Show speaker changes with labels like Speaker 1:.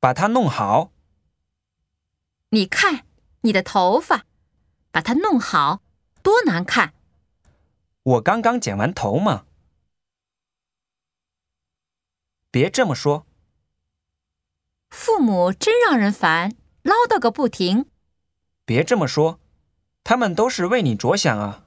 Speaker 1: 把它弄好。
Speaker 2: 你看你的头发，把它弄好，多难看！
Speaker 1: 我刚刚剪完头嘛。别这么说，
Speaker 2: 父母真让人烦，唠叨个不停。
Speaker 1: 别这么说，他们都是为你着想啊。